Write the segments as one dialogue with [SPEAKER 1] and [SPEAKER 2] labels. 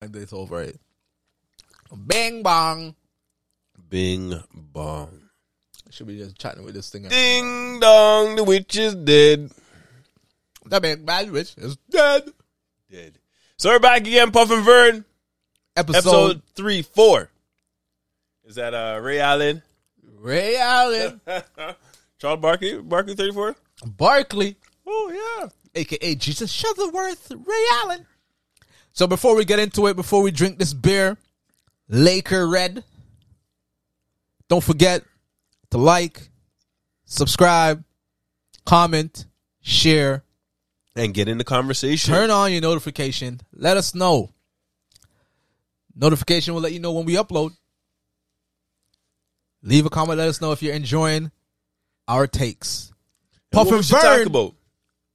[SPEAKER 1] Like they told right. Bang bong.
[SPEAKER 2] Bing bong.
[SPEAKER 1] Should be just chatting with this thing.
[SPEAKER 2] Ding dong, the witch is dead.
[SPEAKER 1] The big bad witch is dead.
[SPEAKER 2] Dead. So we're back again, Puff and Vern. Episode
[SPEAKER 1] Episode
[SPEAKER 2] three, four. Is that uh Ray Allen?
[SPEAKER 1] Ray Allen
[SPEAKER 2] Charles Barkley, Barkley thirty four?
[SPEAKER 1] Barkley,
[SPEAKER 2] Oh yeah.
[SPEAKER 1] aka Jesus Shuttlesworth, Ray Allen. So before we get into it, before we drink this beer, Laker Red. Don't forget to like, subscribe, comment, share,
[SPEAKER 2] And get in the conversation.
[SPEAKER 1] turn on your notification. Let us know. Notification will let you know when we upload. Leave a comment. Let us know if you're enjoying our takes.
[SPEAKER 2] What
[SPEAKER 1] Puff
[SPEAKER 2] we
[SPEAKER 1] and
[SPEAKER 2] should talk
[SPEAKER 1] Vern.
[SPEAKER 2] about.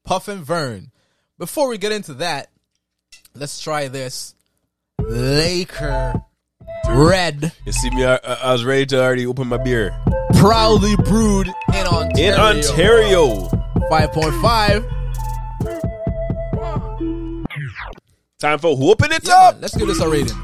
[SPEAKER 1] Puff and Vern. Before we get into that, let's try this Laker Red
[SPEAKER 2] You see me I, I- I was ready to already open my beer.
[SPEAKER 1] proudly brewed in Ontario.
[SPEAKER 2] In Ontario.
[SPEAKER 1] five point five.
[SPEAKER 2] Time for whooping it
[SPEAKER 1] Yeah,
[SPEAKER 2] up.
[SPEAKER 1] man, let's give this a rating.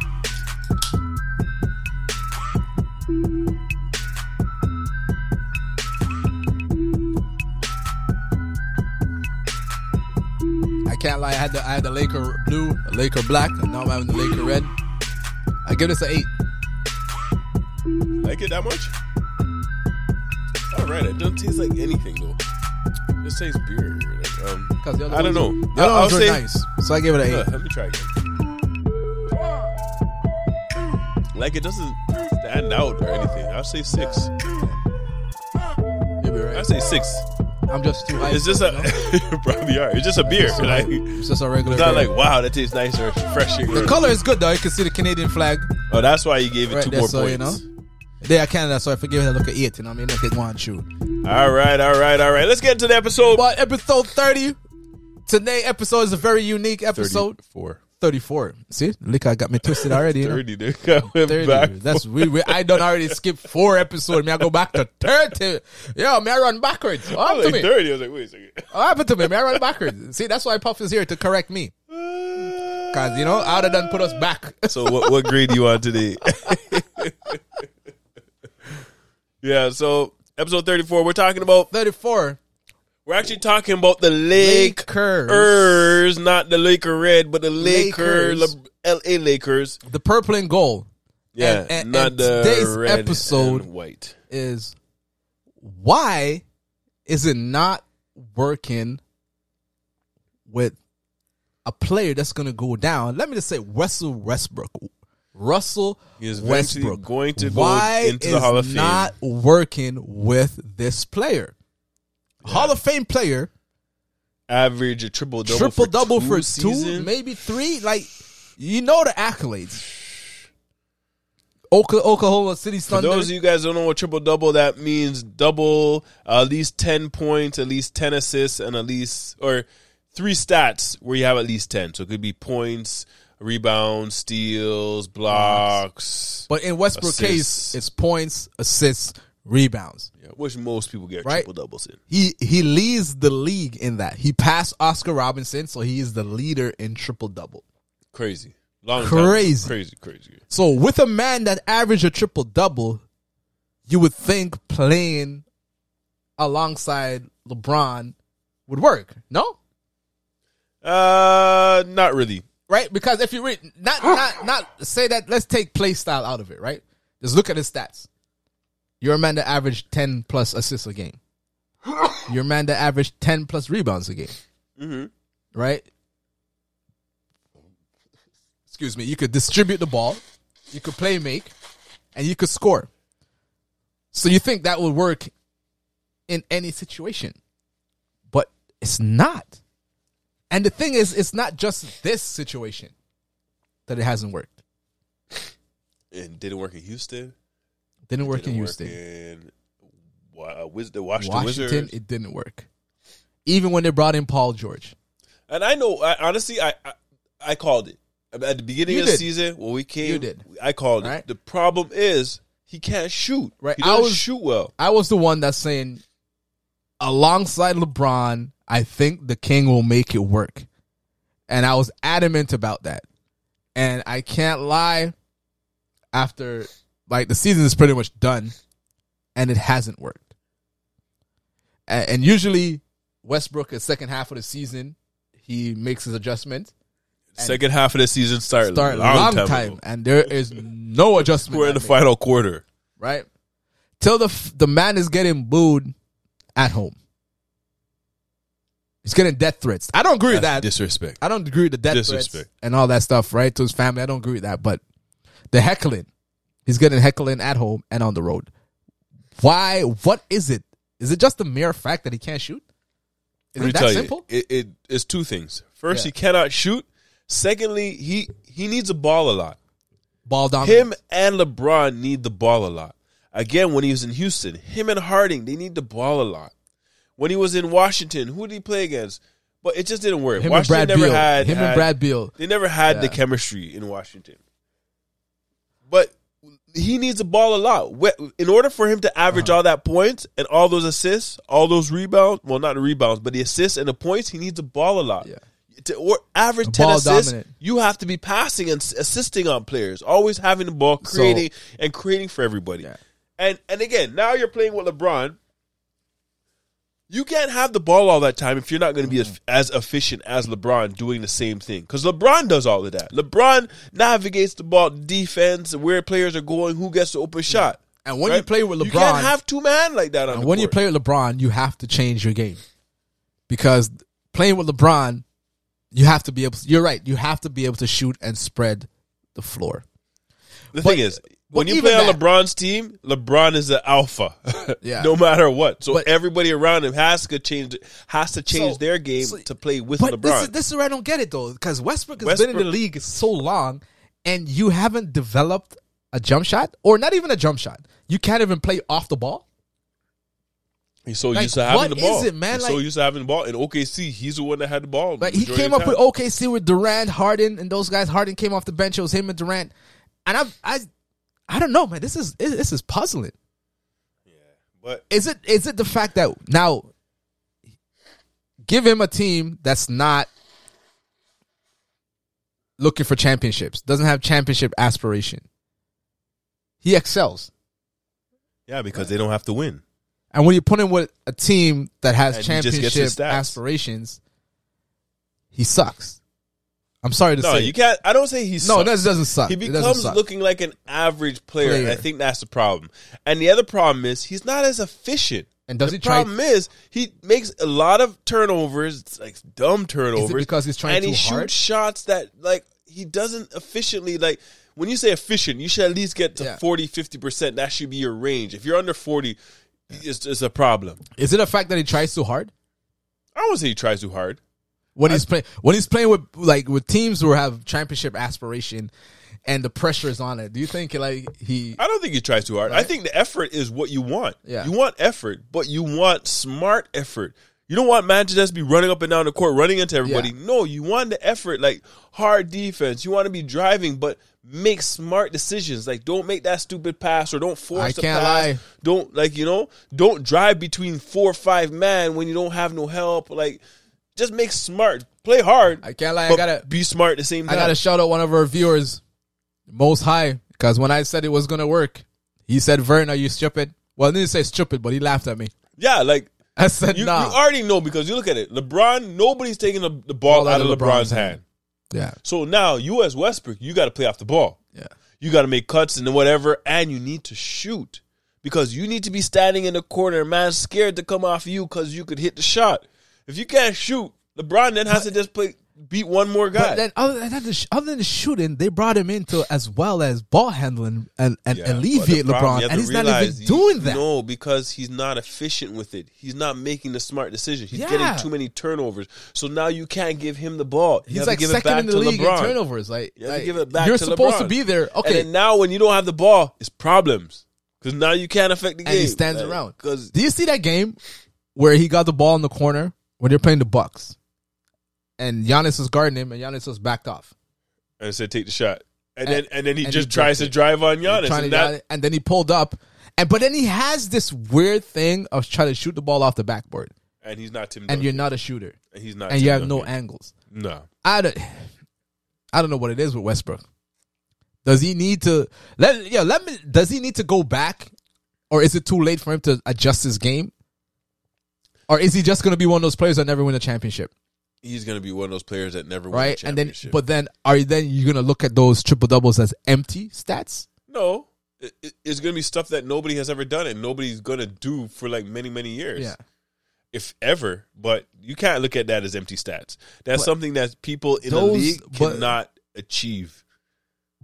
[SPEAKER 1] I can't lie. I had the I had the Laker blue, Laker black, and now I'm having the Laker red. I give this an eight.
[SPEAKER 2] Like it that much? Alright, it doesn't taste like anything though. This tastes beer. Like, um,
[SPEAKER 1] 'cause the other
[SPEAKER 2] I don't know.
[SPEAKER 1] ones- The
[SPEAKER 2] I-
[SPEAKER 1] other
[SPEAKER 2] I'll
[SPEAKER 1] ones were
[SPEAKER 2] say-
[SPEAKER 1] nice, so I give it an
[SPEAKER 2] Uh,
[SPEAKER 1] eight.
[SPEAKER 2] let me try again. Like it doesn't stand out or anything. I'll say six.
[SPEAKER 1] You'll be right.
[SPEAKER 2] I'll say six.
[SPEAKER 1] I'm just too high.
[SPEAKER 2] It's just a you probably are. It's just a beer. Like it's
[SPEAKER 1] It's just a regular.
[SPEAKER 2] not
[SPEAKER 1] red.
[SPEAKER 2] like wow, that tastes nice or refreshing.
[SPEAKER 1] the
[SPEAKER 2] or-
[SPEAKER 1] color is good though. You can see the Canadian flag.
[SPEAKER 2] Oh, that's why you gave it
[SPEAKER 1] Right
[SPEAKER 2] two
[SPEAKER 1] there,
[SPEAKER 2] more
[SPEAKER 1] so, you
[SPEAKER 2] points.
[SPEAKER 1] They are Canada, so I forgive her look at it. You know what I mean? Look at one shoe.
[SPEAKER 2] All right, all right, all right. Let's get into the episode.
[SPEAKER 1] But episode 30, today episode is a very unique episode.
[SPEAKER 2] four.
[SPEAKER 1] 34. See? Lika got me twisted already. You know? 30.
[SPEAKER 2] Thirty. Dude. I went back.
[SPEAKER 1] That's we, we I done already skip four episodes. Me I go back to thirty. Yo, me I run backwards. What
[SPEAKER 2] I was
[SPEAKER 1] happened to me?
[SPEAKER 2] like thirty. I was like, wait a second.
[SPEAKER 1] What happened to me? Me I run backwards. See, that's why Puff is here to correct me. Cause you know, I'd have done put us back.
[SPEAKER 2] So what what grade do you want today? yeah, so episode 34 we're talking about
[SPEAKER 1] Thirty-four.
[SPEAKER 2] we're actually talking about the Lakers,
[SPEAKER 1] Lakers.
[SPEAKER 2] not the Laker red, but the Laker
[SPEAKER 1] Lakers.
[SPEAKER 2] La- LA Lakers.
[SPEAKER 1] The purple and gold
[SPEAKER 2] Yeah,
[SPEAKER 1] And- and-
[SPEAKER 2] not
[SPEAKER 1] and
[SPEAKER 2] the
[SPEAKER 1] today's
[SPEAKER 2] red
[SPEAKER 1] episode-
[SPEAKER 2] and white.
[SPEAKER 1] is why is it not working with a player that's going to go down? Let me just say Russell Westbrook. Russell
[SPEAKER 2] He is eventually
[SPEAKER 1] Westbrook
[SPEAKER 2] going to go
[SPEAKER 1] why
[SPEAKER 2] into the
[SPEAKER 1] is
[SPEAKER 2] Hall of Fame.
[SPEAKER 1] not working with this player. Hall of Fame player,
[SPEAKER 2] Average a triple double
[SPEAKER 1] triple
[SPEAKER 2] for
[SPEAKER 1] double
[SPEAKER 2] two
[SPEAKER 1] for two,
[SPEAKER 2] seasons.
[SPEAKER 1] maybe three. Like you know the accolades. Oka- Oklahoma City
[SPEAKER 2] For
[SPEAKER 1] Thunder.
[SPEAKER 2] those of you guys who don't know what triple double that means, double uh, at least ten points, at least ten assists, and at least or three stats where you have at least ten. So it could be points, rebounds, steals, blocks,
[SPEAKER 1] But in Westbrook
[SPEAKER 2] Assists.
[SPEAKER 1] case, it's points, assists, rebounds.
[SPEAKER 2] yeah, which most people get
[SPEAKER 1] Right.
[SPEAKER 2] triple doubles in.
[SPEAKER 1] He he leads the league in that. He passed Oscar Robinson, so he is the leader in triple double.
[SPEAKER 2] Crazy, long time.
[SPEAKER 1] Crazy.
[SPEAKER 2] crazy, crazy.
[SPEAKER 1] So with a man that averaged a triple double, you would think playing alongside LeBron would work. No?
[SPEAKER 2] Uh, not really.
[SPEAKER 1] Right? Because if you read not not not say that let's take play style out of it, right? Just look at his stats. You're a man that averaged ten plus assists a game. You're a man that averaged ten plus rebounds a game. Right? Excuse me. You could distribute the ball, you could play make, and you could score. So you think that would work in any situation. But it's not. And the thing is, it's not just this situation that it hasn't worked.
[SPEAKER 2] And didn't work in Houston.
[SPEAKER 1] Didn't work
[SPEAKER 2] Didn't
[SPEAKER 1] in
[SPEAKER 2] work
[SPEAKER 1] Houston.
[SPEAKER 2] in Wa- uh, Wiz- the Washington,
[SPEAKER 1] Washington,
[SPEAKER 2] Wizards.
[SPEAKER 1] it didn't work. Even when they brought in Paul George.
[SPEAKER 2] And I know, I, honestly, I, I I called it at the beginning
[SPEAKER 1] You
[SPEAKER 2] of the
[SPEAKER 1] did.
[SPEAKER 2] season when we came.
[SPEAKER 1] You did.
[SPEAKER 2] I called it.
[SPEAKER 1] Right.
[SPEAKER 2] The problem is he can't shoot.
[SPEAKER 1] Right.
[SPEAKER 2] He
[SPEAKER 1] I
[SPEAKER 2] doesn't
[SPEAKER 1] was-
[SPEAKER 2] shoot well.
[SPEAKER 1] I was the one that's saying, alongside LeBron, I think the King will make it work. And I was adamant about that. And I can't lie, after like the season is pretty much done, and it hasn't worked. And, and usually, Westbrook is second half of the season, he makes his adjustments.
[SPEAKER 2] Second half of the season start,
[SPEAKER 1] Start a
[SPEAKER 2] long,
[SPEAKER 1] long
[SPEAKER 2] time.
[SPEAKER 1] time,
[SPEAKER 2] ago.
[SPEAKER 1] and there is no adjustment.
[SPEAKER 2] We're in the
[SPEAKER 1] that
[SPEAKER 2] final quarter.
[SPEAKER 1] right? Till the f- the man is getting booed at home. He's getting death threats. I don't agree with that.
[SPEAKER 2] That's disrespect.
[SPEAKER 1] I don't agree with the death threats
[SPEAKER 2] disrespect.
[SPEAKER 1] and all that stuff, right? To his family, I don't agree with that. But the heckling, he's getting heckling at home and on the road. Why? What is it? Is it just the mere fact that he can't shoot? Is
[SPEAKER 2] Let me
[SPEAKER 1] it that
[SPEAKER 2] tell
[SPEAKER 1] simple?
[SPEAKER 2] you, it, it it's two things. First,
[SPEAKER 1] Yeah.
[SPEAKER 2] he cannot shoot. Secondly, he he needs a ball a lot.
[SPEAKER 1] Ball down.
[SPEAKER 2] Him and LeBron need the ball a lot. Again, when he was in Houston, him and Harding they need the ball a lot. When he was in Washington, who did he play against? But it just didn't work.
[SPEAKER 1] him and
[SPEAKER 2] Washington
[SPEAKER 1] Brad
[SPEAKER 2] never
[SPEAKER 1] Beal.
[SPEAKER 2] had
[SPEAKER 1] him
[SPEAKER 2] had-
[SPEAKER 1] and Brad Beal.
[SPEAKER 2] They never had the
[SPEAKER 1] Yeah.
[SPEAKER 2] chemistry in Washington. But he needs the ball a lot. We- In order for him to average
[SPEAKER 1] Uh-huh.
[SPEAKER 2] all that points and all those assists, all those rebounds, well, not the rebounds, but the assists and the points, he needs the ball a lot.
[SPEAKER 1] Yeah.
[SPEAKER 2] To or average
[SPEAKER 1] The
[SPEAKER 2] 10
[SPEAKER 1] ball
[SPEAKER 2] assists,
[SPEAKER 1] dominant.
[SPEAKER 2] you have to be passing and s- assisting on players, always having the ball,
[SPEAKER 1] So-
[SPEAKER 2] creating and creating for everybody.
[SPEAKER 1] Yeah.
[SPEAKER 2] And and again, now you're playing with LeBron. You can't have the ball all that time if you're not going to be as, as efficient as LeBron doing the same thing. Because LeBron does all of that. LeBron navigates the ball, defense, where players are going, who gets the open shot.
[SPEAKER 1] And Mm. when you
[SPEAKER 2] right?
[SPEAKER 1] play with LeBron,
[SPEAKER 2] you can't have two man like that on
[SPEAKER 1] And
[SPEAKER 2] the
[SPEAKER 1] when you
[SPEAKER 2] court.
[SPEAKER 1] play with LeBron, you have to change your game because playing with LeBron, you have to be able. you're right. You have to be able to shoot and spread the floor.
[SPEAKER 2] The
[SPEAKER 1] but-
[SPEAKER 2] thing is, when
[SPEAKER 1] but
[SPEAKER 2] you
[SPEAKER 1] even
[SPEAKER 2] play on
[SPEAKER 1] that-
[SPEAKER 2] LeBron's team, LeBron is the alpha,
[SPEAKER 1] Yeah.
[SPEAKER 2] no matter what. So
[SPEAKER 1] But-
[SPEAKER 2] everybody around him has to change has to change
[SPEAKER 1] So-
[SPEAKER 2] their game
[SPEAKER 1] so-
[SPEAKER 2] to play with
[SPEAKER 1] But this is,
[SPEAKER 2] LeBron.
[SPEAKER 1] this is where I don't get it though, because Westbrook has been in the
[SPEAKER 2] Westbrook-
[SPEAKER 1] league so long, and you haven't developed a jump shot, or not even a jump shot. You can't even play off the ball.
[SPEAKER 2] He's so
[SPEAKER 1] Like,
[SPEAKER 2] used to having
[SPEAKER 1] what
[SPEAKER 2] the ball.
[SPEAKER 1] is it, man?
[SPEAKER 2] He's so
[SPEAKER 1] Like-
[SPEAKER 2] used to having the ball. In OKC, he's the one that had the ball.
[SPEAKER 1] Like he
[SPEAKER 2] majority
[SPEAKER 1] came
[SPEAKER 2] of
[SPEAKER 1] up
[SPEAKER 2] the
[SPEAKER 1] with
[SPEAKER 2] time.
[SPEAKER 1] OKC with Durant, Harden, and those guys. Harden came off the bench. It was him and Durant, and I, I, I don't know, man. This is this is puzzling.
[SPEAKER 2] But
[SPEAKER 1] is it is it the fact that now give him a team that's not looking for championships, doesn't have championship aspiration. He excels.
[SPEAKER 2] yeah, because they don't have to win.
[SPEAKER 1] And when you put him with a team that has
[SPEAKER 2] And he just gets his
[SPEAKER 1] championship
[SPEAKER 2] stats.
[SPEAKER 1] aspirations, he sucks. I'm sorry to
[SPEAKER 2] No,
[SPEAKER 1] say.
[SPEAKER 2] you can't. I don't say he's
[SPEAKER 1] no, it doesn't- doesn't suck.
[SPEAKER 2] He
[SPEAKER 1] It doesn't
[SPEAKER 2] becomes
[SPEAKER 1] suck.
[SPEAKER 2] looking like an average player, and I
[SPEAKER 1] Player.
[SPEAKER 2] think that's the problem. And the other problem is he's not as efficient.
[SPEAKER 1] And does
[SPEAKER 2] the
[SPEAKER 1] he try-
[SPEAKER 2] problem is he makes a lot of turnovers, it's like dumb turnovers,
[SPEAKER 1] because he's trying
[SPEAKER 2] and he
[SPEAKER 1] too hard?
[SPEAKER 2] shoots shots that like he doesn't efficiently like. When you say efficient, you should at least get to
[SPEAKER 1] Yeah.
[SPEAKER 2] forty, fifty 40, 50 percent. That should be your range. If you're under forty, it's, it's a problem.
[SPEAKER 1] Is it a fact that he tries too hard?
[SPEAKER 2] I won't say he tries too hard.
[SPEAKER 1] when he's playing when he's playing with like with teams who have championship aspiration and the pressure is on it. Do you think like he
[SPEAKER 2] I don't think he tries too hard. I think the effort is what you want.
[SPEAKER 1] Yeah.
[SPEAKER 2] You want effort, but you want smart effort. You don't want man to just be running up and down the court, running into everybody.
[SPEAKER 1] Yeah.
[SPEAKER 2] No, you want the effort, like hard defense. You want to be driving, but make smart decisions. Like don't make that stupid pass or don't force
[SPEAKER 1] I
[SPEAKER 2] the
[SPEAKER 1] can't
[SPEAKER 2] pass.
[SPEAKER 1] lie.
[SPEAKER 2] Don't like you know, don't drive between four or five man when you don't have no help. Like just make smart. Play hard.
[SPEAKER 1] I can't lie, I
[SPEAKER 2] but
[SPEAKER 1] gotta
[SPEAKER 2] be smart at the same
[SPEAKER 1] I
[SPEAKER 2] time.
[SPEAKER 1] gotta shout out one of our viewers, Most High, because when I said it was gonna work, he said, Vern, are you stupid? Well he didn't say stupid, but he laughed at me.
[SPEAKER 2] yeah, like
[SPEAKER 1] I said
[SPEAKER 2] You,
[SPEAKER 1] nah.
[SPEAKER 2] you already know because you look at it. LeBron, nobody's taking the, the ball out of LeBron's, hand.
[SPEAKER 1] yeah.
[SPEAKER 2] So now you as Westbrook, you got to play off the ball.
[SPEAKER 1] Yeah.
[SPEAKER 2] You got to make cuts and whatever, and you need to shoot because you need to be standing in the corner, man, scared to come off you because you could hit the shot. If you can't shoot, LeBron then has to just play beat one more guy.
[SPEAKER 1] But then, other than, that, the sh- other than the shooting, they brought him into as well as ball handling and, and
[SPEAKER 2] Yeah,
[SPEAKER 1] alleviate
[SPEAKER 2] but the problem,
[SPEAKER 1] LeBron,
[SPEAKER 2] you have
[SPEAKER 1] and
[SPEAKER 2] to
[SPEAKER 1] he's not even
[SPEAKER 2] realize he-
[SPEAKER 1] doing that.
[SPEAKER 2] No, because he's not efficient with it. He's not making the smart decision. He's
[SPEAKER 1] Yeah.
[SPEAKER 2] getting too many turnovers. So now you can't give him the ball. You
[SPEAKER 1] He's
[SPEAKER 2] have to
[SPEAKER 1] like
[SPEAKER 2] give it
[SPEAKER 1] second
[SPEAKER 2] back
[SPEAKER 1] in the
[SPEAKER 2] to
[SPEAKER 1] league
[SPEAKER 2] LeBron.
[SPEAKER 1] in turnovers. Like,
[SPEAKER 2] You have
[SPEAKER 1] like,
[SPEAKER 2] to give it back.
[SPEAKER 1] you're
[SPEAKER 2] to
[SPEAKER 1] supposed to
[SPEAKER 2] LeBron.
[SPEAKER 1] be there. Okay,
[SPEAKER 2] And then now when you don't have the ball, it's problems because now you can't affect the game.
[SPEAKER 1] and he stands around.
[SPEAKER 2] because
[SPEAKER 1] Do you see that game where he got the ball in the corner when they're playing the Bucks, and Giannis was guarding him, and Giannis was backed off,
[SPEAKER 2] and said take the shot, and,
[SPEAKER 1] And-
[SPEAKER 2] then and then he
[SPEAKER 1] and
[SPEAKER 2] just
[SPEAKER 1] he
[SPEAKER 2] tries to
[SPEAKER 1] dunked
[SPEAKER 2] drive on Giannis,
[SPEAKER 1] trying to
[SPEAKER 2] and that
[SPEAKER 1] Giannis- and then he pulled up, and but then he has this weird thing of trying to shoot the ball off the backboard,
[SPEAKER 2] and he's not Tim
[SPEAKER 1] and
[SPEAKER 2] Duncan.
[SPEAKER 1] you're not a shooter,
[SPEAKER 2] And he's not
[SPEAKER 1] and
[SPEAKER 2] Tim
[SPEAKER 1] you have no
[SPEAKER 2] Duncan.
[SPEAKER 1] angles.
[SPEAKER 2] no.
[SPEAKER 1] I don't. I don't know what it is with Westbrook. Does he need to let yeah, let me does he need to go back or is it too late for him to adjust his game? Or is he just going to be one of those players that never win a championship,
[SPEAKER 2] He's going to be one of those players that never won a
[SPEAKER 1] right? And then
[SPEAKER 2] championship.
[SPEAKER 1] but then are you then you going to look at those triple doubles as empty stats?
[SPEAKER 2] no, it, it- it's going to be stuff that nobody has ever done and nobody's going to do for like many many years. if ever, but you can't look at that as empty stats. That's
[SPEAKER 1] But
[SPEAKER 2] something that people in the
[SPEAKER 1] those-
[SPEAKER 2] league
[SPEAKER 1] but-
[SPEAKER 2] cannot achieve.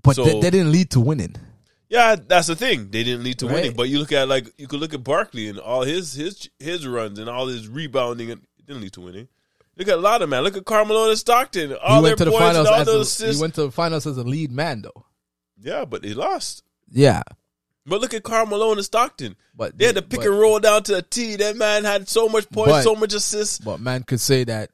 [SPEAKER 1] But
[SPEAKER 2] So-
[SPEAKER 1] that that didn't lead to winning.
[SPEAKER 2] Yeah, that's the thing. They didn't lead to winning.
[SPEAKER 1] Right.
[SPEAKER 2] But you look at like you could look at Barkley and all his his his runs and all his rebounding and it didn't lead to winning. Look at a lot of man. Look at Carmelo and Stockton. All
[SPEAKER 1] he went to
[SPEAKER 2] their
[SPEAKER 1] the
[SPEAKER 2] points and
[SPEAKER 1] finals
[SPEAKER 2] all those
[SPEAKER 1] as a,
[SPEAKER 2] assists.
[SPEAKER 1] he went to the finals as a lead man though.
[SPEAKER 2] yeah, but they lost.
[SPEAKER 1] Yeah.
[SPEAKER 2] But look at Carmelo and Stockton.
[SPEAKER 1] But
[SPEAKER 2] They had to pick
[SPEAKER 1] but-
[SPEAKER 2] and roll down to a T. That man had so much points,
[SPEAKER 1] But-
[SPEAKER 2] so much assists.
[SPEAKER 1] But man could say that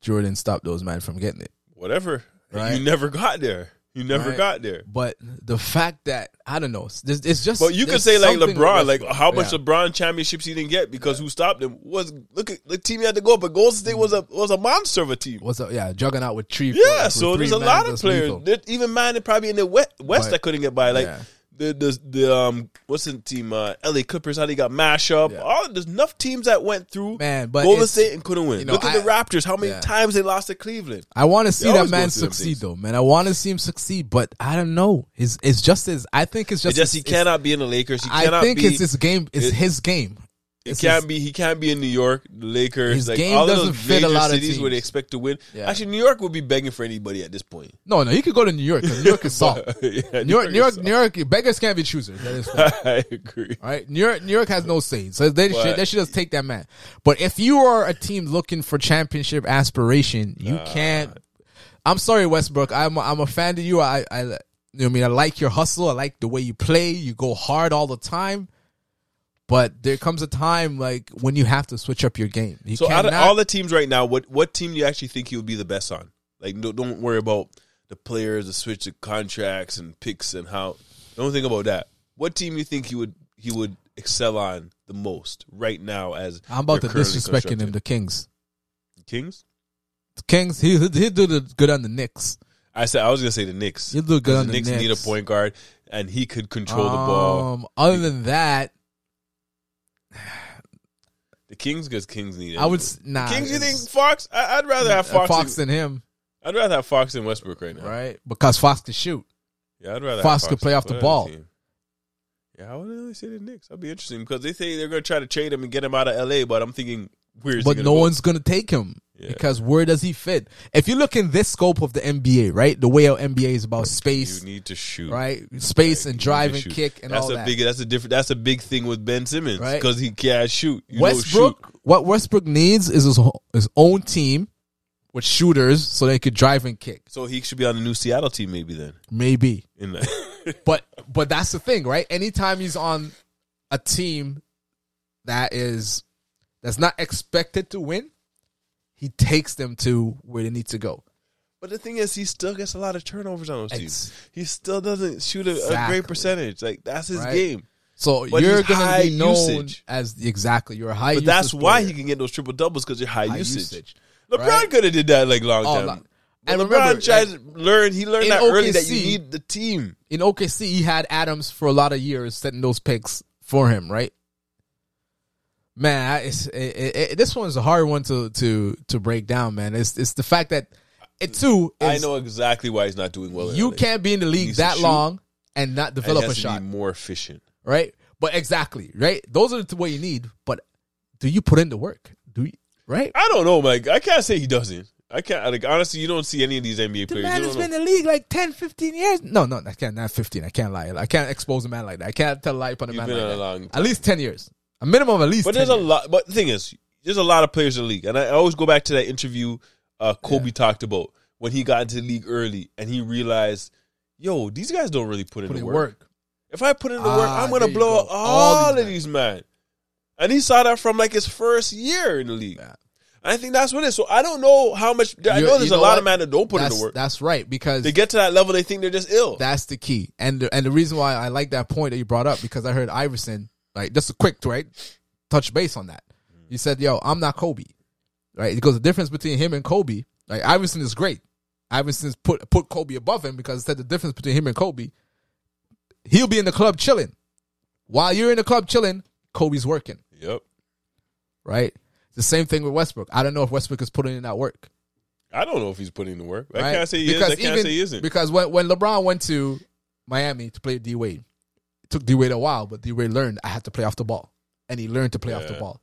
[SPEAKER 1] Jordan stopped those men from getting it.
[SPEAKER 2] Whatever.
[SPEAKER 1] Right.
[SPEAKER 2] You never got there. You never
[SPEAKER 1] Right.
[SPEAKER 2] got there.
[SPEAKER 1] But the fact that I don't know, it's, it's just.
[SPEAKER 2] But you could
[SPEAKER 1] there's
[SPEAKER 2] say like
[SPEAKER 1] something
[SPEAKER 2] LeBron,
[SPEAKER 1] with
[SPEAKER 2] like
[SPEAKER 1] Westbrook.
[SPEAKER 2] how much
[SPEAKER 1] Yeah.
[SPEAKER 2] LeBron championships he didn't get because who stopped him was look at the team he had to go up. But Golden State was a was a monster of a team.
[SPEAKER 1] What's up? Yeah, juggernaut with three.
[SPEAKER 2] Yeah,
[SPEAKER 1] with
[SPEAKER 2] so
[SPEAKER 1] three
[SPEAKER 2] there's a
[SPEAKER 1] man,
[SPEAKER 2] lot of
[SPEAKER 1] that's
[SPEAKER 2] players.
[SPEAKER 1] lethal.
[SPEAKER 2] There- Even mine that probably in the West, West
[SPEAKER 1] But-
[SPEAKER 2] that couldn't get by. Like
[SPEAKER 1] Yeah.
[SPEAKER 2] the, the the um what's the team? Uh, LA Clippers how they got mash up.
[SPEAKER 1] Yeah.
[SPEAKER 2] All there's enough teams that went through
[SPEAKER 1] Man, but
[SPEAKER 2] Golden
[SPEAKER 1] it's-
[SPEAKER 2] State and couldn't win.
[SPEAKER 1] you know,
[SPEAKER 2] look at the
[SPEAKER 1] I-
[SPEAKER 2] Raptors. How many
[SPEAKER 1] yeah.
[SPEAKER 2] times they lost to Cleveland?
[SPEAKER 1] I want to see that
[SPEAKER 2] always go
[SPEAKER 1] man
[SPEAKER 2] through them
[SPEAKER 1] succeed,
[SPEAKER 2] things.
[SPEAKER 1] though, man. I want to see him succeed, but I don't know. It's it's just his. I think it's
[SPEAKER 2] It's
[SPEAKER 1] just.
[SPEAKER 2] just he
[SPEAKER 1] his-
[SPEAKER 2] cannot be in the Lakers. He
[SPEAKER 1] his- I
[SPEAKER 2] cannot
[SPEAKER 1] think
[SPEAKER 2] be.
[SPEAKER 1] it's his game. It's
[SPEAKER 2] it-
[SPEAKER 1] his game.
[SPEAKER 2] It
[SPEAKER 1] It's
[SPEAKER 2] can't
[SPEAKER 1] his-
[SPEAKER 2] be. He can't be in New York, the Lakers.
[SPEAKER 1] His
[SPEAKER 2] like
[SPEAKER 1] game
[SPEAKER 2] all
[SPEAKER 1] doesn't
[SPEAKER 2] of those
[SPEAKER 1] fit a
[SPEAKER 2] major
[SPEAKER 1] lot of
[SPEAKER 2] cities where they
[SPEAKER 1] teams.
[SPEAKER 2] expect to win.
[SPEAKER 1] Yeah.
[SPEAKER 2] Actually, New York would be begging for anybody at this point.
[SPEAKER 1] No, no, he could go to New York 'cause New York is soft.
[SPEAKER 2] Yeah,
[SPEAKER 1] New York, New York,
[SPEAKER 2] is
[SPEAKER 1] New York, beggars can't be choosers. That is
[SPEAKER 2] soft. I agree.
[SPEAKER 1] All right, New York, New York has no say, so they
[SPEAKER 2] But-
[SPEAKER 1] should they should just take that man. But if you are a team looking for championship aspiration, you can't. I'm sorry, Westbrook. I'm a, I'm a fan of you. I I you know what I mean I like your hustle. I like the way you play. You go hard all the time. But there comes a time like when you have to switch up your game. You
[SPEAKER 2] So out
[SPEAKER 1] cannot.
[SPEAKER 2] of all the teams right now, what what team do you actually think he would be the best on? Like, no, don't worry about the players, the switch of contracts and picks and how. Don't think about that. What team you think he would he would excel on the most right now? As
[SPEAKER 1] I'm about to
[SPEAKER 2] they're currently
[SPEAKER 1] disrespecting him.
[SPEAKER 2] constructed?
[SPEAKER 1] The Kings,
[SPEAKER 2] Kings.
[SPEAKER 1] the Kings. He he will do the good on the Knicks.
[SPEAKER 2] I said I was gonna say the Knicks.
[SPEAKER 1] He'll do good
[SPEAKER 2] Because
[SPEAKER 1] on the
[SPEAKER 2] Knicks,
[SPEAKER 1] Knicks.
[SPEAKER 2] need a point guard, and he could control the ball.
[SPEAKER 1] Um, Other than that,
[SPEAKER 2] The Kings, because Kings need.
[SPEAKER 1] I would
[SPEAKER 2] everyone.
[SPEAKER 1] s- nah.
[SPEAKER 2] Kings. You think
[SPEAKER 1] it's-
[SPEAKER 2] Fox? I, I'd rather have Fox.
[SPEAKER 1] Fox,
[SPEAKER 2] and,
[SPEAKER 1] and him,
[SPEAKER 2] I'd rather have Fox and Westbrook right now.
[SPEAKER 1] right? Because Fox can shoot.
[SPEAKER 2] Yeah, I'd rather
[SPEAKER 1] Fox
[SPEAKER 2] have
[SPEAKER 1] could play off the
[SPEAKER 2] What other
[SPEAKER 1] ball.
[SPEAKER 2] team? Yeah, I would really say the Knicks. That'd be interesting because they say they're gonna try to trade him and get him out of L.A. But I'm thinking, where is he
[SPEAKER 1] But
[SPEAKER 2] gonna
[SPEAKER 1] no
[SPEAKER 2] go?
[SPEAKER 1] one's going to take him
[SPEAKER 2] Yeah.
[SPEAKER 1] because where does he fit? If you look in this scope of the NBA, right? The way our NBA is about space,
[SPEAKER 2] You need to shoot.
[SPEAKER 1] right? Space
[SPEAKER 2] You
[SPEAKER 1] and
[SPEAKER 2] need to
[SPEAKER 1] drive and
[SPEAKER 2] shoot.
[SPEAKER 1] kick and
[SPEAKER 2] that's
[SPEAKER 1] all
[SPEAKER 2] a
[SPEAKER 1] that.
[SPEAKER 2] big. That's a different. That's a big thing with Ben Simmons
[SPEAKER 1] Right.
[SPEAKER 2] because he can't shoot. You don't
[SPEAKER 1] Westbrook, what Westbrook needs is his, ho- his own team with shooters so they could drive and kick.
[SPEAKER 2] shoot. so he should be on the new Seattle team maybe then.
[SPEAKER 1] Maybe.
[SPEAKER 2] In the,
[SPEAKER 1] But but that's the thing, right? Anytime he's on a team that is that's not expected to win, he takes them to where they need to go.
[SPEAKER 2] But the thing is, he still gets a lot of turnovers on those
[SPEAKER 1] Ex-
[SPEAKER 2] teams. He still doesn't shoot a, a
[SPEAKER 1] Exactly.
[SPEAKER 2] great percentage. Like that's his
[SPEAKER 1] Right.
[SPEAKER 2] game.
[SPEAKER 1] So
[SPEAKER 2] But
[SPEAKER 1] you're
[SPEAKER 2] he's
[SPEAKER 1] gonna
[SPEAKER 2] high
[SPEAKER 1] be known
[SPEAKER 2] usage.
[SPEAKER 1] as exactly you're a high.
[SPEAKER 2] But that's
[SPEAKER 1] usage
[SPEAKER 2] why
[SPEAKER 1] player.
[SPEAKER 2] he can get those triple doubles because you're high,
[SPEAKER 1] High
[SPEAKER 2] usage.
[SPEAKER 1] usage,
[SPEAKER 2] LeBron
[SPEAKER 1] right?
[SPEAKER 2] could have did that like long
[SPEAKER 1] Oh,
[SPEAKER 2] time.
[SPEAKER 1] like-
[SPEAKER 2] and
[SPEAKER 1] and
[SPEAKER 2] LeBron
[SPEAKER 1] remember,
[SPEAKER 2] tried to learn. He learned
[SPEAKER 1] in
[SPEAKER 2] that early that you
[SPEAKER 1] OKC
[SPEAKER 2] need the team.
[SPEAKER 1] in OKC he had Adams for a lot of years setting those picks for him, right? Man, I- it's, it, it, it- this one's a hard one to to to break down, man. It's it's the fact that it too.
[SPEAKER 2] I
[SPEAKER 1] is-
[SPEAKER 2] know exactly why he's not doing well. in
[SPEAKER 1] you
[SPEAKER 2] LA.
[SPEAKER 1] can't be in the league
[SPEAKER 2] needs to
[SPEAKER 1] that
[SPEAKER 2] shoot.
[SPEAKER 1] long and not
[SPEAKER 2] And
[SPEAKER 1] develop
[SPEAKER 2] he
[SPEAKER 1] a
[SPEAKER 2] has to
[SPEAKER 1] shot,
[SPEAKER 2] be more efficient.
[SPEAKER 1] right? But exactly, right? Those are the what you need. But do you put in the work? Do you right?
[SPEAKER 2] I don't know, Mike. I can't say he doesn't. I can't. Like honestly, you don't see any of these NBA
[SPEAKER 1] The
[SPEAKER 2] players.
[SPEAKER 1] man
[SPEAKER 2] You
[SPEAKER 1] has
[SPEAKER 2] don't know.
[SPEAKER 1] been in the league like 10, 15 years. No, no, I can't. Not fifteen. I can't lie. I can't expose a man like that. I can't tell a lie upon a
[SPEAKER 2] You've
[SPEAKER 1] man
[SPEAKER 2] been
[SPEAKER 1] like
[SPEAKER 2] on a
[SPEAKER 1] that.
[SPEAKER 2] long
[SPEAKER 1] At least ten years. A minimum of at least.
[SPEAKER 2] But
[SPEAKER 1] 10
[SPEAKER 2] there's a
[SPEAKER 1] years.
[SPEAKER 2] lot. But the thing is, there's a lot of players in the league, and I always go back to that interview uh, Kobe talked about when he got into the league early and he realized, yo, these guys don't really put, in
[SPEAKER 1] put
[SPEAKER 2] the
[SPEAKER 1] in
[SPEAKER 2] work.
[SPEAKER 1] work.
[SPEAKER 2] If I put in the work,
[SPEAKER 1] Ah,
[SPEAKER 2] I'm gonna
[SPEAKER 1] there you
[SPEAKER 2] blow
[SPEAKER 1] go.
[SPEAKER 2] up all,
[SPEAKER 1] All these
[SPEAKER 2] of these men. And he saw that from like his first year in the league.
[SPEAKER 1] Yeah.
[SPEAKER 2] And I think that's what it is. So I don't know how much. I
[SPEAKER 1] You-
[SPEAKER 2] know there's
[SPEAKER 1] you
[SPEAKER 2] a
[SPEAKER 1] know
[SPEAKER 2] lot
[SPEAKER 1] what?
[SPEAKER 2] of men that don't put in
[SPEAKER 1] That's,
[SPEAKER 2] the work.
[SPEAKER 1] that's right because
[SPEAKER 2] They get to that level, they think they're just ill.
[SPEAKER 1] That's the key, and the, and the reason why I like that point that you brought up because I heard Iverson like just a quick right touch base on that. He said, "Yo, I'm not Kobe," right? Because the difference between him and Kobe, like Iverson is great. I haven't since put put Kobe above him because said the difference between him and Kobe. He'll be in the club chilling. While you're in the club chilling, Kobe's working,
[SPEAKER 2] Yep.
[SPEAKER 1] right? The same thing with Westbrook. I don't know if Westbrook is putting in that work.
[SPEAKER 2] I don't know if he's putting in the work. I
[SPEAKER 1] right?
[SPEAKER 2] can't say he is. I can't say he isn't.
[SPEAKER 1] Because when, when LeBron went to Miami to play D Wade, it took D Wade a while, but D Wade learned I had to play off the ball. And he learned to play off the
[SPEAKER 2] Yeah.
[SPEAKER 1] ball.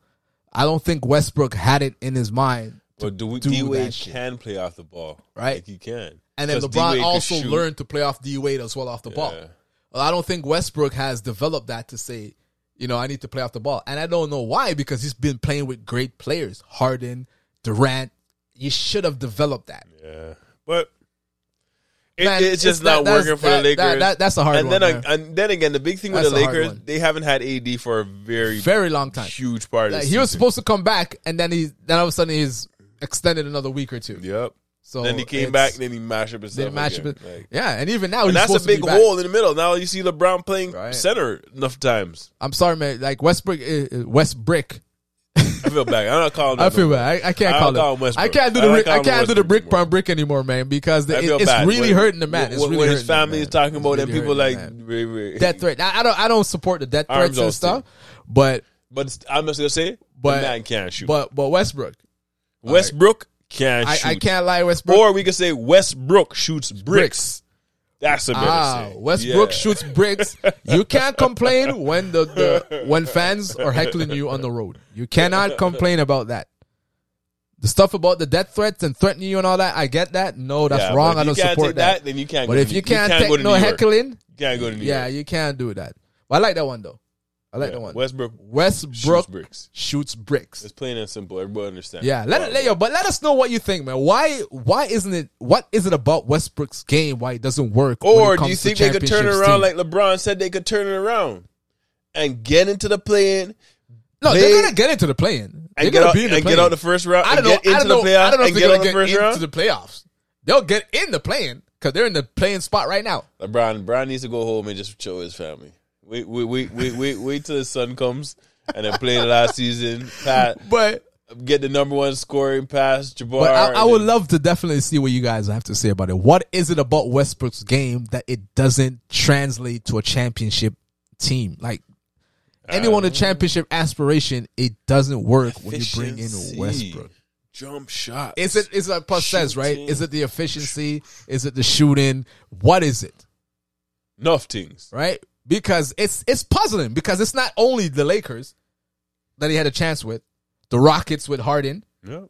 [SPEAKER 1] I don't think Westbrook had it in his mind.
[SPEAKER 2] But do we,
[SPEAKER 1] do
[SPEAKER 2] D Wade
[SPEAKER 1] that shit.
[SPEAKER 2] can play off the ball,
[SPEAKER 1] Right.
[SPEAKER 2] Like he can.
[SPEAKER 1] And then
[SPEAKER 2] 'Cause
[SPEAKER 1] LeBron
[SPEAKER 2] D-Wade could
[SPEAKER 1] also
[SPEAKER 2] shoot.
[SPEAKER 1] learned to play off D Wade as well off the ball.
[SPEAKER 2] Yeah.
[SPEAKER 1] Well, I don't think Westbrook has developed that to say, you know, I need to play off the ball. And I don't know why, because he's been playing with great players. Harden, Durant. You should have developed that.
[SPEAKER 2] Yeah, but it,
[SPEAKER 1] Man,
[SPEAKER 2] it's just
[SPEAKER 1] that-
[SPEAKER 2] not
[SPEAKER 1] that's-
[SPEAKER 2] working for the
[SPEAKER 1] that-
[SPEAKER 2] Lakers.
[SPEAKER 1] that- that- that's a hard
[SPEAKER 2] and
[SPEAKER 1] one.
[SPEAKER 2] then,
[SPEAKER 1] man.
[SPEAKER 2] ag- and then again, the big thing
[SPEAKER 1] That's
[SPEAKER 2] with the
[SPEAKER 1] a hard
[SPEAKER 2] Lakers,
[SPEAKER 1] one.
[SPEAKER 2] they haven't had AD for a very,
[SPEAKER 1] Very long time.
[SPEAKER 2] huge part. of
[SPEAKER 1] Like,
[SPEAKER 2] the
[SPEAKER 1] he was
[SPEAKER 2] season.
[SPEAKER 1] supposed to come back, and then he then all of a sudden he's extended another week or two.
[SPEAKER 2] Yep.
[SPEAKER 1] So
[SPEAKER 2] then he
[SPEAKER 1] Oh,
[SPEAKER 2] came
[SPEAKER 1] it's-
[SPEAKER 2] back. Then he mashed up himself.
[SPEAKER 1] They match
[SPEAKER 2] again.
[SPEAKER 1] up-
[SPEAKER 2] Like,
[SPEAKER 1] yeah, and even now
[SPEAKER 2] and
[SPEAKER 1] he's
[SPEAKER 2] that's a
[SPEAKER 1] supposed to be
[SPEAKER 2] big
[SPEAKER 1] back.
[SPEAKER 2] hole in the middle. Now you see LeBron playing
[SPEAKER 1] Right.
[SPEAKER 2] center enough times.
[SPEAKER 1] I'm sorry, man. Like Westbrook, uh, uh, Westbrick.
[SPEAKER 2] I feel bad. I'm not calling.
[SPEAKER 1] I
[SPEAKER 2] him
[SPEAKER 1] feel
[SPEAKER 2] no
[SPEAKER 1] bad. I, I can't
[SPEAKER 2] I
[SPEAKER 1] call
[SPEAKER 2] don't call
[SPEAKER 1] it.
[SPEAKER 2] him Westbrook.
[SPEAKER 1] I can't do
[SPEAKER 2] I
[SPEAKER 1] the.
[SPEAKER 2] don't
[SPEAKER 1] Rick,
[SPEAKER 2] call
[SPEAKER 1] I
[SPEAKER 2] him
[SPEAKER 1] can't do the
[SPEAKER 2] Westbrook
[SPEAKER 1] brick
[SPEAKER 2] anymore.
[SPEAKER 1] pound brick anymore, man. Because the,
[SPEAKER 2] I
[SPEAKER 1] it-
[SPEAKER 2] feel
[SPEAKER 1] it's
[SPEAKER 2] bad.
[SPEAKER 1] really
[SPEAKER 2] When-
[SPEAKER 1] hurting the man. It's
[SPEAKER 2] when,
[SPEAKER 1] really
[SPEAKER 2] when his
[SPEAKER 1] hurting the
[SPEAKER 2] family
[SPEAKER 1] man.
[SPEAKER 2] is talking
[SPEAKER 1] It's
[SPEAKER 2] about
[SPEAKER 1] really
[SPEAKER 2] and people
[SPEAKER 1] hurting the
[SPEAKER 2] like
[SPEAKER 1] man.
[SPEAKER 2] wait, wait.
[SPEAKER 1] death threat. I I don't. I don't support the death
[SPEAKER 2] Arms
[SPEAKER 1] threats and
[SPEAKER 2] all
[SPEAKER 1] stuff. But
[SPEAKER 2] But I'm just gonna say,
[SPEAKER 1] But-
[SPEAKER 2] the man can't shoot.
[SPEAKER 1] but but Westbrook,
[SPEAKER 2] Westbrook can't
[SPEAKER 1] I,
[SPEAKER 2] shoot.
[SPEAKER 1] I can't lie. Westbrook.
[SPEAKER 2] Or we could say Westbrook shoots bricks. That's a better
[SPEAKER 1] Ah,
[SPEAKER 2] say.
[SPEAKER 1] Westbrook
[SPEAKER 2] Yeah.
[SPEAKER 1] shoots bricks. You can't complain when the, the when fans are heckling you on the road. You cannot complain about that. The stuff about the death threats and threatening you and all that, I get that. No, that's
[SPEAKER 2] Yeah,
[SPEAKER 1] wrong.
[SPEAKER 2] but
[SPEAKER 1] I
[SPEAKER 2] if
[SPEAKER 1] don't
[SPEAKER 2] you can't
[SPEAKER 1] support
[SPEAKER 2] take
[SPEAKER 1] that.
[SPEAKER 2] Then you can't.
[SPEAKER 1] But
[SPEAKER 2] go
[SPEAKER 1] if
[SPEAKER 2] to,
[SPEAKER 1] you can't,
[SPEAKER 2] go
[SPEAKER 1] take
[SPEAKER 2] to
[SPEAKER 1] no
[SPEAKER 2] New York.
[SPEAKER 1] heckling,
[SPEAKER 2] you can't go to New
[SPEAKER 1] yeah,
[SPEAKER 2] York.
[SPEAKER 1] you can't do that. But I like that one though. I like that one.
[SPEAKER 2] Westbrook
[SPEAKER 1] Westbrook
[SPEAKER 2] shoots
[SPEAKER 1] shoots,
[SPEAKER 2] bricks.
[SPEAKER 1] bricks.
[SPEAKER 2] It's plain and simple. Everybody understands.
[SPEAKER 1] Yeah, let it, let yo, but let us know what you think, man. Why why isn't it? What is it about Westbrook's game? Why it doesn't work? when it
[SPEAKER 2] Or do
[SPEAKER 1] comes
[SPEAKER 2] you
[SPEAKER 1] to
[SPEAKER 2] think they could turn it
[SPEAKER 1] championships
[SPEAKER 2] around
[SPEAKER 1] team?
[SPEAKER 2] like LeBron said they could turn it around and get into the play-in
[SPEAKER 1] No,
[SPEAKER 2] They-
[SPEAKER 1] they're gonna get into the play-in. They're
[SPEAKER 2] and get
[SPEAKER 1] gonna
[SPEAKER 2] out
[SPEAKER 1] be in the
[SPEAKER 2] and
[SPEAKER 1] play-in.
[SPEAKER 2] get out the first round?
[SPEAKER 1] I
[SPEAKER 2] and
[SPEAKER 1] don't know.
[SPEAKER 2] Get into
[SPEAKER 1] I don't know.
[SPEAKER 2] the playoff
[SPEAKER 1] I don't know if
[SPEAKER 2] and
[SPEAKER 1] they're
[SPEAKER 2] get out
[SPEAKER 1] gonna
[SPEAKER 2] the
[SPEAKER 1] get
[SPEAKER 2] first
[SPEAKER 1] into
[SPEAKER 2] round.
[SPEAKER 1] the playoffs. They'll get in the play-in because they're in the playing spot right now.
[SPEAKER 2] LeBron, LeBron needs to go home and just chill with his family. Wait, wait, wait, wait, wait, wait till the sun comes and then play the last season. Pat,
[SPEAKER 1] But
[SPEAKER 2] get the number one scoring pass, Jabbar.
[SPEAKER 1] but I, I would
[SPEAKER 2] and
[SPEAKER 1] love to definitely see what you guys have to say about it. What is it about Westbrook's game that it doesn't translate to a championship team? Like anyone
[SPEAKER 2] Um,
[SPEAKER 1] with championship aspiration, it doesn't work
[SPEAKER 2] then
[SPEAKER 1] when you bring in
[SPEAKER 2] efficiency,
[SPEAKER 1] Westbrook.
[SPEAKER 2] Jump shot.
[SPEAKER 1] Is it is it plus says right?
[SPEAKER 2] Shooting.
[SPEAKER 1] Is it the efficiency? Is it the shooting? What is it?
[SPEAKER 2] enough things?
[SPEAKER 1] right? Because it's it's puzzling because it's not only the Lakers that he had a chance with, the Rockets with Harden.
[SPEAKER 2] Yeah.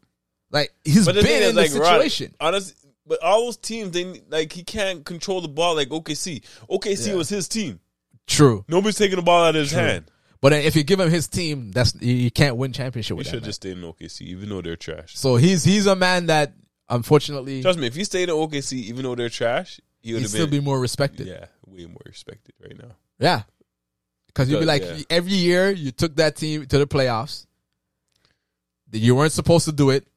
[SPEAKER 1] Like he's
[SPEAKER 2] But the thing
[SPEAKER 1] been
[SPEAKER 2] is,
[SPEAKER 1] in
[SPEAKER 2] like,
[SPEAKER 1] this situation.
[SPEAKER 2] Rod, honestly, but all those teams, they like he can't control the ball like OKC. OKC
[SPEAKER 1] Yeah.
[SPEAKER 2] was his team.
[SPEAKER 1] True,
[SPEAKER 2] Nobody's taking the ball out of his hand.
[SPEAKER 1] but then if you give him his team, that's you- you can't win championship
[SPEAKER 2] He
[SPEAKER 1] with
[SPEAKER 2] should
[SPEAKER 1] that. man.
[SPEAKER 2] just stay in OKC, even though they're trash.
[SPEAKER 1] So he's he's a man that unfortunately
[SPEAKER 2] Trust me, if he stayed in OKC, even though they're trash, he would
[SPEAKER 1] he'd
[SPEAKER 2] have
[SPEAKER 1] still
[SPEAKER 2] been
[SPEAKER 1] be more respected. Yeah,
[SPEAKER 2] yeah, way more respected right now.
[SPEAKER 1] because you'd be
[SPEAKER 2] Good,
[SPEAKER 1] like
[SPEAKER 2] yeah.
[SPEAKER 1] every year you took that team to the playoffs. that You weren't supposed to do it,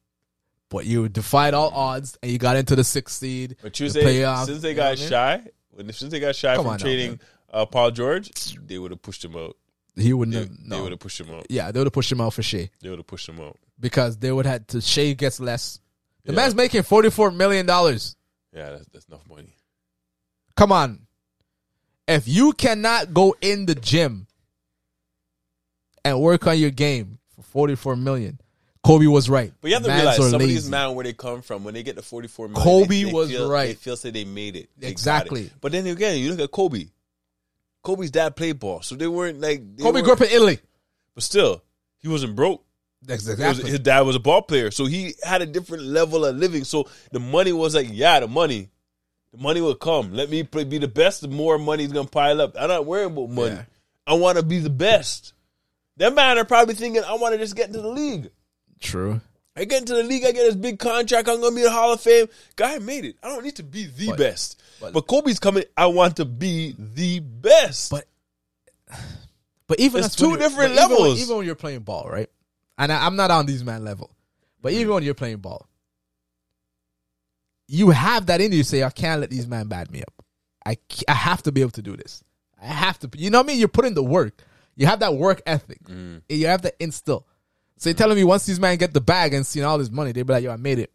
[SPEAKER 1] but you defied all odds and you got into the sixth seed.
[SPEAKER 2] But you
[SPEAKER 1] the
[SPEAKER 2] say
[SPEAKER 1] playoffs,
[SPEAKER 2] since they
[SPEAKER 1] you know
[SPEAKER 2] got
[SPEAKER 1] what I mean?
[SPEAKER 2] shy, when since they got shy
[SPEAKER 1] Come
[SPEAKER 2] from
[SPEAKER 1] on now,
[SPEAKER 2] trading
[SPEAKER 1] man.
[SPEAKER 2] uh, Paul George, they would have pushed him out.
[SPEAKER 1] he wouldn't
[SPEAKER 2] They,
[SPEAKER 1] have. No.
[SPEAKER 2] would have pushed him out.
[SPEAKER 1] Yeah, they would have pushed him out for Shea
[SPEAKER 2] They would have pushed him out.
[SPEAKER 1] because they would have to Shea gets less. The
[SPEAKER 2] Yeah.
[SPEAKER 1] man's making forty four million dollars.
[SPEAKER 2] Yeah, that's, that's enough money.
[SPEAKER 1] Come on, if you cannot go in the gym and work on your game for forty four million, Kobe was right.
[SPEAKER 2] But you have to
[SPEAKER 1] Mans
[SPEAKER 2] realize
[SPEAKER 1] are
[SPEAKER 2] some of these
[SPEAKER 1] lazy.
[SPEAKER 2] men where they come from when they get the forty four million.
[SPEAKER 1] Kobe
[SPEAKER 2] they, they
[SPEAKER 1] was
[SPEAKER 2] feel,
[SPEAKER 1] right.
[SPEAKER 2] They feel say they made it They got it.
[SPEAKER 1] Exactly.
[SPEAKER 2] But then again, you look at Kobe. Kobe's dad played ball, so they weren't like they
[SPEAKER 1] Kobe
[SPEAKER 2] weren't-
[SPEAKER 1] grew up in Italy.
[SPEAKER 2] But still, he wasn't broke.
[SPEAKER 1] That's
[SPEAKER 2] It was-
[SPEAKER 1] exactly.
[SPEAKER 2] his dad was a ball player, so he had a different level of living. So the money was like, yeah, the money, the money will come. Let me play, be the best. The more money's gonna pile up. I'm not worrying about money.
[SPEAKER 1] Yeah.
[SPEAKER 2] I want to be the best. That man are probably thinking, I want to just get into the league.
[SPEAKER 1] True.
[SPEAKER 2] I get into the league. I get this big contract. I'm gonna be in the Hall of Fame. Guy made it. I don't need to be the
[SPEAKER 1] But-
[SPEAKER 2] best.
[SPEAKER 1] but-
[SPEAKER 2] But, Kobe's coming. I want to be the best.
[SPEAKER 1] But- But even
[SPEAKER 2] It's
[SPEAKER 1] that's when
[SPEAKER 2] two
[SPEAKER 1] you're-
[SPEAKER 2] different
[SPEAKER 1] but even when-
[SPEAKER 2] levels.
[SPEAKER 1] Even, when you're playing ball, right? And I, I'm not on these man level, but even when you're playing ball, you have that in you. Say, I can't let these man bad me up. I ca- I have to be able to do this. I have to. You know what I mean? You're putting the work. You have that work ethic.
[SPEAKER 2] Mm.
[SPEAKER 1] And You have that instill. So you're telling me once these men get the bag and seeing all this money, they be like, "Yo, I made it.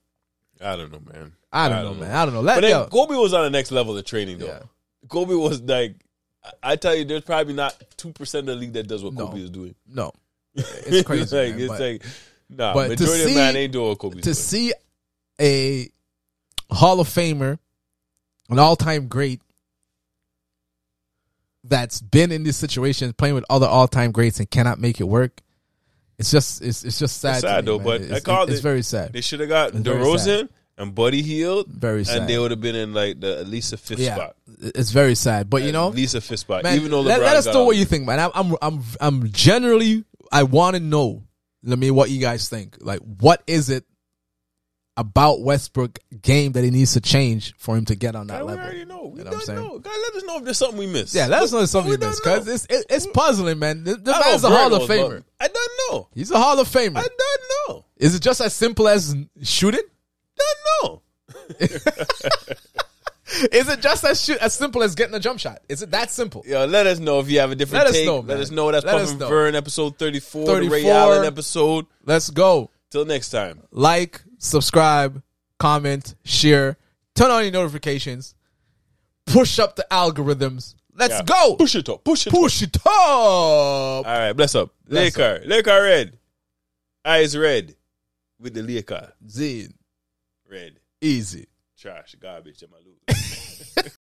[SPEAKER 2] I don't know, man.
[SPEAKER 1] I, I don't,
[SPEAKER 2] I
[SPEAKER 1] know,
[SPEAKER 2] don't
[SPEAKER 1] man.
[SPEAKER 2] know.
[SPEAKER 1] I don't know. Let
[SPEAKER 2] But then
[SPEAKER 1] yo,
[SPEAKER 2] Kobe was on the next level of training, though.
[SPEAKER 1] Yeah.
[SPEAKER 2] Kobe was like, I- I tell you, there's probably not two percent of the league that does what
[SPEAKER 1] No.
[SPEAKER 2] Kobe is doing.
[SPEAKER 1] no, it's crazy.
[SPEAKER 2] like
[SPEAKER 1] man,
[SPEAKER 2] it's
[SPEAKER 1] but-
[SPEAKER 2] like, nah,
[SPEAKER 1] but to
[SPEAKER 2] majority of
[SPEAKER 1] see-
[SPEAKER 2] man ain't doing what Kobe's
[SPEAKER 1] to
[SPEAKER 2] doing.
[SPEAKER 1] see a Hall of Famer, an all time great, that's been in this situation playing with other all time greats and cannot make it work. It's just it's it's just sad.
[SPEAKER 2] It's
[SPEAKER 1] to
[SPEAKER 2] sad,
[SPEAKER 1] me,
[SPEAKER 2] though,
[SPEAKER 1] man.
[SPEAKER 2] but I
[SPEAKER 1] it's,
[SPEAKER 2] called
[SPEAKER 1] it's
[SPEAKER 2] it-
[SPEAKER 1] very sad.
[SPEAKER 2] they should have got
[SPEAKER 1] It's very
[SPEAKER 2] DeRozan and Buddy Heald,
[SPEAKER 1] Very sad.
[SPEAKER 2] and they would have been in like the at least a fifth
[SPEAKER 1] yeah,
[SPEAKER 2] spot.
[SPEAKER 1] it's very sad. But you know,
[SPEAKER 2] at least a fifth spot.
[SPEAKER 1] man,
[SPEAKER 2] even though LeBron
[SPEAKER 1] let, let us
[SPEAKER 2] got
[SPEAKER 1] know
[SPEAKER 2] out.
[SPEAKER 1] what you think, man. I'm I'm I'm, I'm generally I want to know. Let me what you guys think. Like, what is it about Westbrook game that he needs to change for him to get on that
[SPEAKER 2] God, we
[SPEAKER 1] level?
[SPEAKER 2] already know. We
[SPEAKER 1] You know what I'm
[SPEAKER 2] don't
[SPEAKER 1] saying?
[SPEAKER 2] know. God, let us know if there's something we missed.
[SPEAKER 1] Yeah, let us know something
[SPEAKER 2] we
[SPEAKER 1] you missed
[SPEAKER 2] don't
[SPEAKER 1] because
[SPEAKER 2] know.
[SPEAKER 1] it's it, it's puzzling, man. The, the
[SPEAKER 2] I know
[SPEAKER 1] man's a Hall of
[SPEAKER 2] Bird was,
[SPEAKER 1] Famer.
[SPEAKER 2] but I don't know.
[SPEAKER 1] He's a Hall of Famer.
[SPEAKER 2] I don't know.
[SPEAKER 1] Is it just as simple as shooting?
[SPEAKER 2] Don't know.
[SPEAKER 1] Is it just as shoot, as simple as getting a jump shot? Is it that simple?
[SPEAKER 2] Yo, let us know if you have a different
[SPEAKER 1] Let us
[SPEAKER 2] take.
[SPEAKER 1] know,
[SPEAKER 2] Let
[SPEAKER 1] man.
[SPEAKER 2] us know. That's
[SPEAKER 1] Let us
[SPEAKER 2] Puffin
[SPEAKER 1] know.
[SPEAKER 2] Vern episode 34, the Ray
[SPEAKER 1] 34.
[SPEAKER 2] Allen episode.
[SPEAKER 1] Let's go.
[SPEAKER 2] Till next time.
[SPEAKER 1] Like, subscribe, comment, share, turn on your notifications, push up the algorithms. Let's
[SPEAKER 2] Yeah.
[SPEAKER 1] go.
[SPEAKER 2] Push it up. Push it up.
[SPEAKER 1] Push it up.
[SPEAKER 2] All right, bless up.
[SPEAKER 1] Bless
[SPEAKER 2] Laker. Laker red. Eyes red. With the Laker.
[SPEAKER 1] Zin.
[SPEAKER 2] Red.
[SPEAKER 1] Easy.
[SPEAKER 2] Trash. Garbage. I'm a loser.